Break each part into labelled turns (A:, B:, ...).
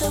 A: a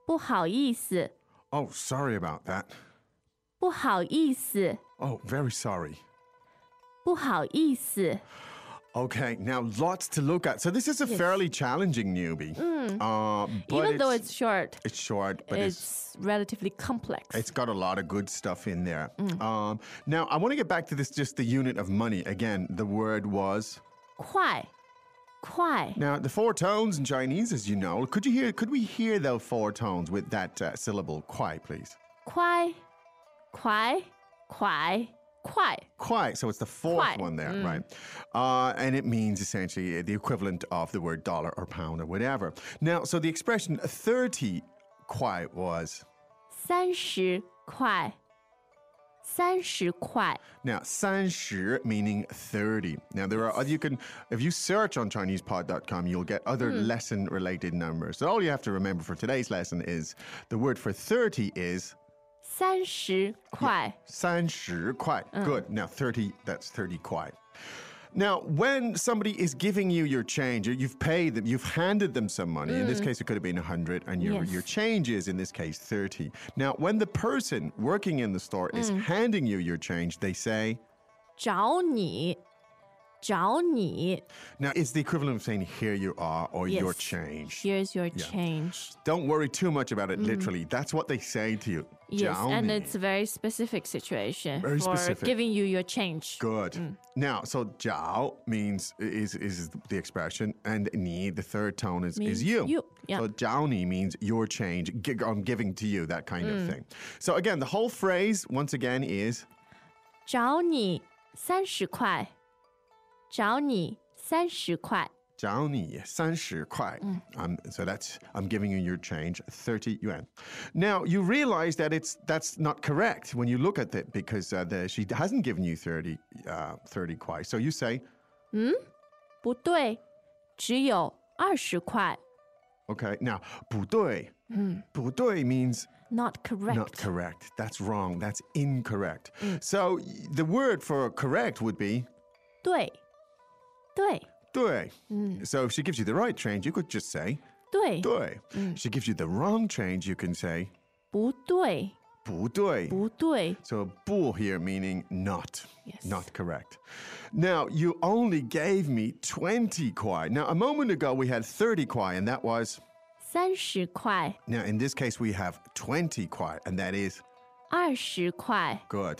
B: 不好意思，
C: Oh, sorry about that.
B: 不好意思，
C: Oh, very sorry.
B: 不好意思。
C: Okay, now lots to look at. So this is a fairly challenging newbie. Uh, but
B: Even though
C: it's,
B: it's short,
C: it's short, but it's
B: it's relatively complex.
C: It's got a lot of good stuff in there. Um, now, I want to get back to this just the unit of money. Again, the word was.
B: 快，快。
C: Now, the four tones in Chinese, as you know, could you hear? Could we hear those four tones with that uh, syllable "quai," please?
B: 快，快，快，快，
C: Quai. So it's the fourth
B: Quai.
C: one there, right? Uh, and it means essentially the equivalent of the word dollar or pound or whatever. Now, so the expression thirty quai was.
B: 三十块，三十块，
C: Now, 30 meaning 30. Now, there are other, you can, if you search on ChinesePod.com, you'll get other lesson related numbers. So, all you have to remember for today's lesson is the word for 30 is
B: 三十块，
C: 30 kwai. Good. Now, 30, that's 30 kwai. Now, when somebody is giving you your change, or you've paid them, you've handed them some money. In this case, it could have been 100, and your,
B: Mm. Yes.
C: your change is, in this case, 30. Now, when the person working in the store is
B: Mm.
C: handing you your change, they say,
B: 找你，找你。
C: Now, it's the equivalent of saying, here you are, or your
B: Yes.
C: change.
B: Here's your change.
C: Don't worry too much about it, literally. That's what they say to you.
B: Mm. Yes, and
C: "Jiaoni."
B: it's a very specific situation
C: Very
B: for
C: specific.
B: giving you your change.
C: Good. Now, so jiao means is is the expression, and ni the third tone is, is
B: Means
C: you.
B: you, yeah.
C: So jiao ni means your change. gi- I'm giving to you that kind
B: Mm.
C: of thing. So again, the whole phrase once again is
B: 找你三十块，找你三十块，
C: jiao ni san shi kuai.
B: Mm.
C: Um, so that's I'm giving you your change, thirty yuan. Now you realize that it's that's not correct when you look at it because uh, the, she hasn't given you 30, uh, 30 kuai. So you say
B: 不对，只有二十块。
C: okay now 不对
B: Mm.
C: 不对 means
B: Not correct.
C: not correct. That's wrong. That's incorrect. So y- the word for correct would be
B: 对，对，
C: 对. So if she gives you the right change, you could just say
B: 对，
C: 对. She gives you the wrong change, you can say
B: 不对，
C: 不对.
B: 不对，
C: So bull here meaning not.
B: Yes.
C: Not correct. Now you only gave me 20 kwai. Now a moment ago we had 30 kwai and that was
B: 三十块，
C: now in this case we have 20 kwai and that is
B: 二十块，
C: good.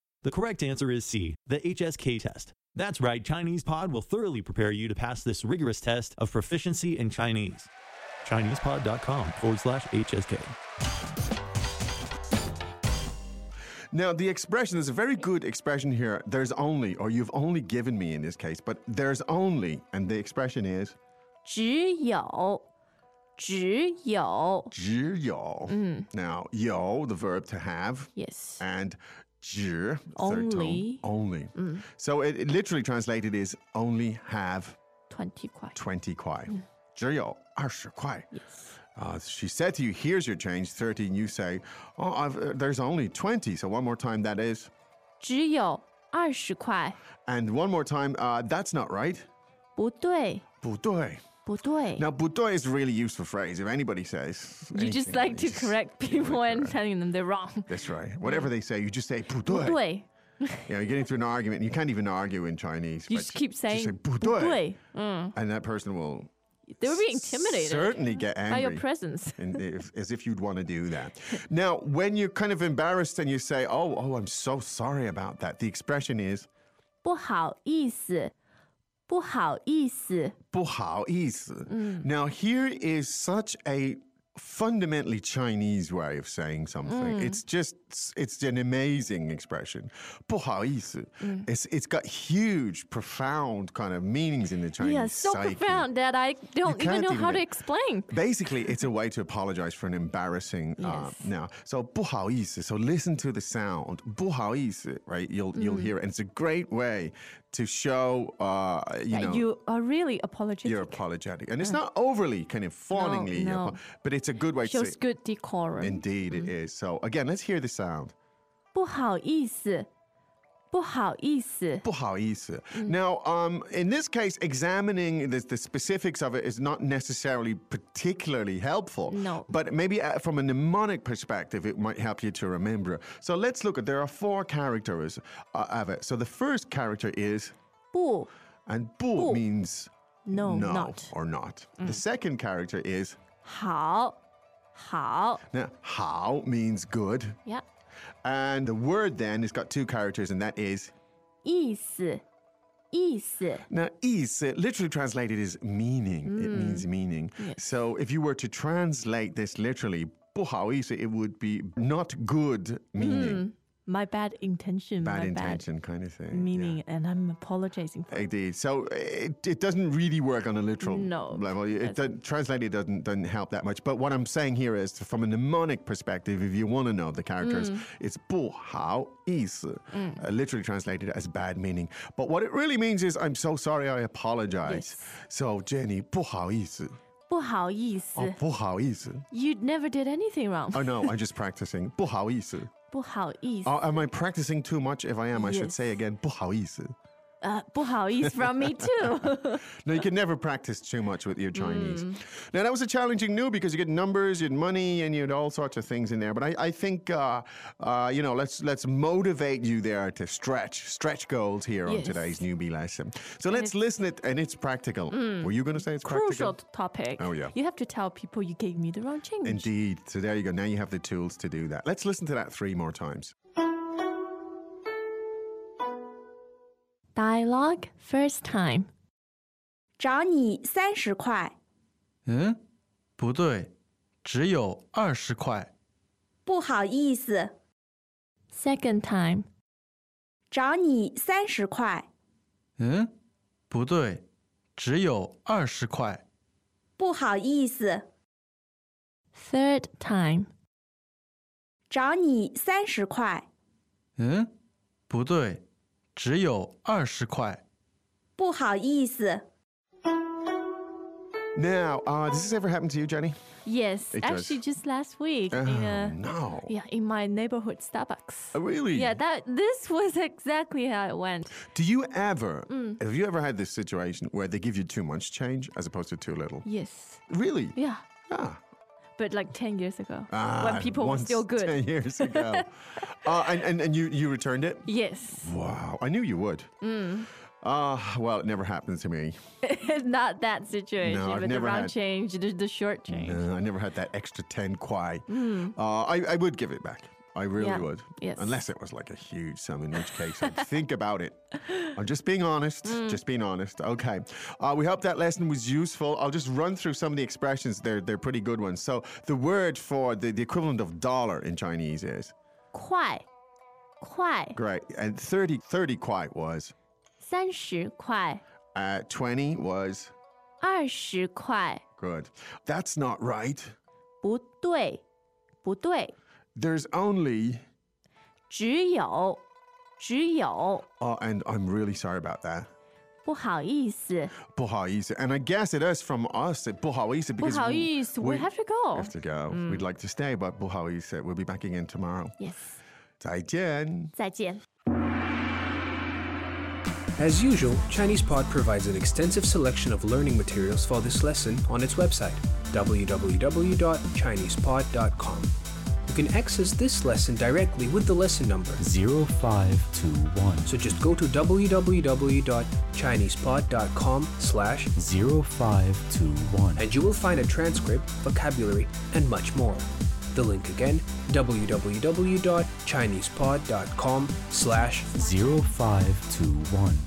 D: The correct answer is C, the HSK test. That's right, Chinese Pod will thoroughly prepare you to pass this rigorous test of proficiency in Chinese. ChinesePod.com forward slash HSK.
C: Now, the expression is a very good expression here. There's only, or you've only given me in this case, but there's only, and the expression is
B: 只有，只有
C: 只有. Now, 有, the verb to have,
B: ，yes，
C: and 只, third tone,
B: Only.
C: only. So it, it literally translated is only have
B: 20块
C: 20 kwai. 只有20 kwai. Uh, she said to you, here's your change, 30, and you say, oh, I've, uh, there's only 20. So one more time, that is.
B: 只有二十块，
C: And one more time, uh, that's not right.
B: 不对，
C: 不对.
B: 不对。
C: Now, 不对 is a really useful phrase. If anybody says.
B: You just
C: anything,
B: like to
C: you just-
B: correct people and
C: correct.
B: telling them they're wrong.
C: That's right. Whatever they say, you just say 不对.
B: 对
C: You know, you get into an argument and you can't even argue in Chinese.
B: ，you
C: but
B: just keep saying
C: say
B: 不
C: "不对,"
B: 对，嗯
C: And that person will
B: ，they will be intimidated
C: certainly get
B: by your
C: angry.
B: presence.
C: and if, as if you'd want to do that. Now, when you're kind of embarrassed and you say, "Oh, oh, I'm so sorry about that," the expression is
B: 不好意思，不好意思，
C: 不好意思. Now, here is such a fundamentally Chinese way of saying something.
B: Mm。
C: It's just it's an amazing expression. 不好意思. It's it's got huge, profound kind of meanings in the Chinese
B: yeah, so
C: psyche.
B: profound that I don't even
C: can't
B: know
C: even
B: how to
C: make-
B: explain.
C: Basically, it's a way to apologize for an embarrassing uh,
B: Yes.
C: now. So 不好意思. So listen to the sound 不好意思, right? You'll you'll
B: Mm.
C: hear it, and it's a great way to show uh, you
B: that
C: know
B: you are really apologetic.
C: you're apologetic, and it's not overly kind of fawningly,
B: Uh. no.
C: apo- but it's a good way to
B: Shows
C: say.
B: good Mm. decorum.
C: Indeed, it is. So again, let's hear the sound.
B: 不好意思，不好意思，
C: 不好意思.
B: Mm.
C: Now, um, in this case, examining the, the specifics of it is not necessarily particularly helpful.
B: No.
C: But maybe uh, from a mnemonic perspective, it might help you to remember. So let's look at. There are four characters uh, of it. So the first character is,
B: 不
C: and 不 means
B: ，no,
C: no
B: not Mm.
C: or not. The second character is.
B: 好，好
C: Now, how means good,
B: yeah.
C: and the word then has got two characters, and that is
B: 意思，意思，
C: now is uh, literally translated is meaning. It means meaning. So if you were to translate this literally, 不好意思, it would be not good meaning,
B: my Mm-hmm. bad intention,
C: bad
B: my
C: intention kind of thing.
B: bad meaning, and I'm apologizing for.
C: Yeah. Indeed. So it, it doesn't really work on a literal
B: No,
C: level. It doesn't, translated doesn't doesn't help that much. But what I'm saying here is, from a mnemonic perspective, if you want to know the characters,
B: Mm.
C: it's 不好意思, uh, literally translated as bad meaning. But what it really means is, I'm so sorry, I apologize. So Jenny, 不好意思,
B: 不好意思
C: oh, 不好意思.
B: you never did anything wrong.
C: Oh no, I'm just practicing. 不好意思.
B: 不好意思
C: Oh, am I practicing too much? If I am, I should
B: Yes.
C: say again, 不好意思.
B: 呃，不好意思 from me too.
C: No, you can never practice too much with your Chinese. Now, that was a challenging new because you get numbers, you had money, and you had all sorts of things in there. But I, I think, uh, uh, you know, let's let's motivate you there to stretch, stretch goals here on
B: Yes.
C: today's newbie lesson. So let's listen it, and it's practical. Were you going to say it's practical?
B: Crucial topic.
C: Oh, yeah.
B: You have to tell people you gave me the wrong change.
C: Indeed. So there you go. Now you have the tools to do that. Let's listen to that three more times.
B: Dialogue first time.
E: 找你三十块，
F: 嗯，不对，只有二十块。
E: 不好意思，
B: Second time.
E: 找你三十块。
F: 嗯，不对，只有二十块。
E: 不好意思，
B: Third time.
E: 找你三十块。
F: 嗯，不对，只有二十块。
E: 不好意思，
C: Now, uh, does this ever happen to you, Jenny?
B: Yes,
C: It does.
B: actually, just last week.
C: Oh,
B: in a,
C: no.
B: Yeah, in my neighborhood Starbucks.
C: Uh, Really?
B: Yeah, that this was exactly how it went.
C: Do you ever,
B: Mm.
C: have you ever had this situation where they give you too much change as opposed to too little?
B: Yes.
C: Really?
B: Yeah.
C: Ah.
B: But like 10 years ago,
C: Ah,
B: when people were
C: once
B: still good.
C: 10 years ago. uh, and and, and you, you returned it?
B: Yes.
C: Wow. I knew you would.
B: Mm.
C: Ah, well, it never happened to me.
B: Not that situation,
C: No, I've
B: but the
C: never
B: round
C: had-
B: change, the, the short change.
C: No, Uh, I never had that extra 10 kwai. Uh, I, I would give it back. I really
B: Hmm. Yeah.
C: would.
B: Yes.
C: Unless it was like a huge sum, in which case I'd think about it. I'm just being honest.
B: Hmm.
C: Just being honest. Okay. Uh, we hope that lesson was useful. I'll just run through some of the expressions. They're, they're pretty good ones. So, the word for the, the equivalent of dollar in Chinese is
B: 快，快，
C: great. And 30, 30 kwai was,
B: 三十块，
C: uh, 20 was
B: 二十块，
C: good. That's not right.
B: 不对，不对，
C: There's only,
B: 只有，只有，
C: oh, and I'm really sorry about that.
B: 不好意思，
C: Buhaisa. And I guess it is from us at Buhaisa
B: 不
C: because
B: 好意思，we have to go. Hmm.
C: have to go. We'd like to stay, but Buhaisa, we'll be back again tomorrow.
B: Yes，
C: 再见.
B: 再见。
G: As usual, ChinesePod provides an extensive selection of learning materials for this lesson on its website, www.chinesepod.com. You can access this lesson directly with the lesson number,
H: 0521
G: so just go to www.chinesepod.com slash
H: 0521
G: and you will find a transcript, vocabulary, and much more. The link again, www.chinesepod.com slash
H: 0521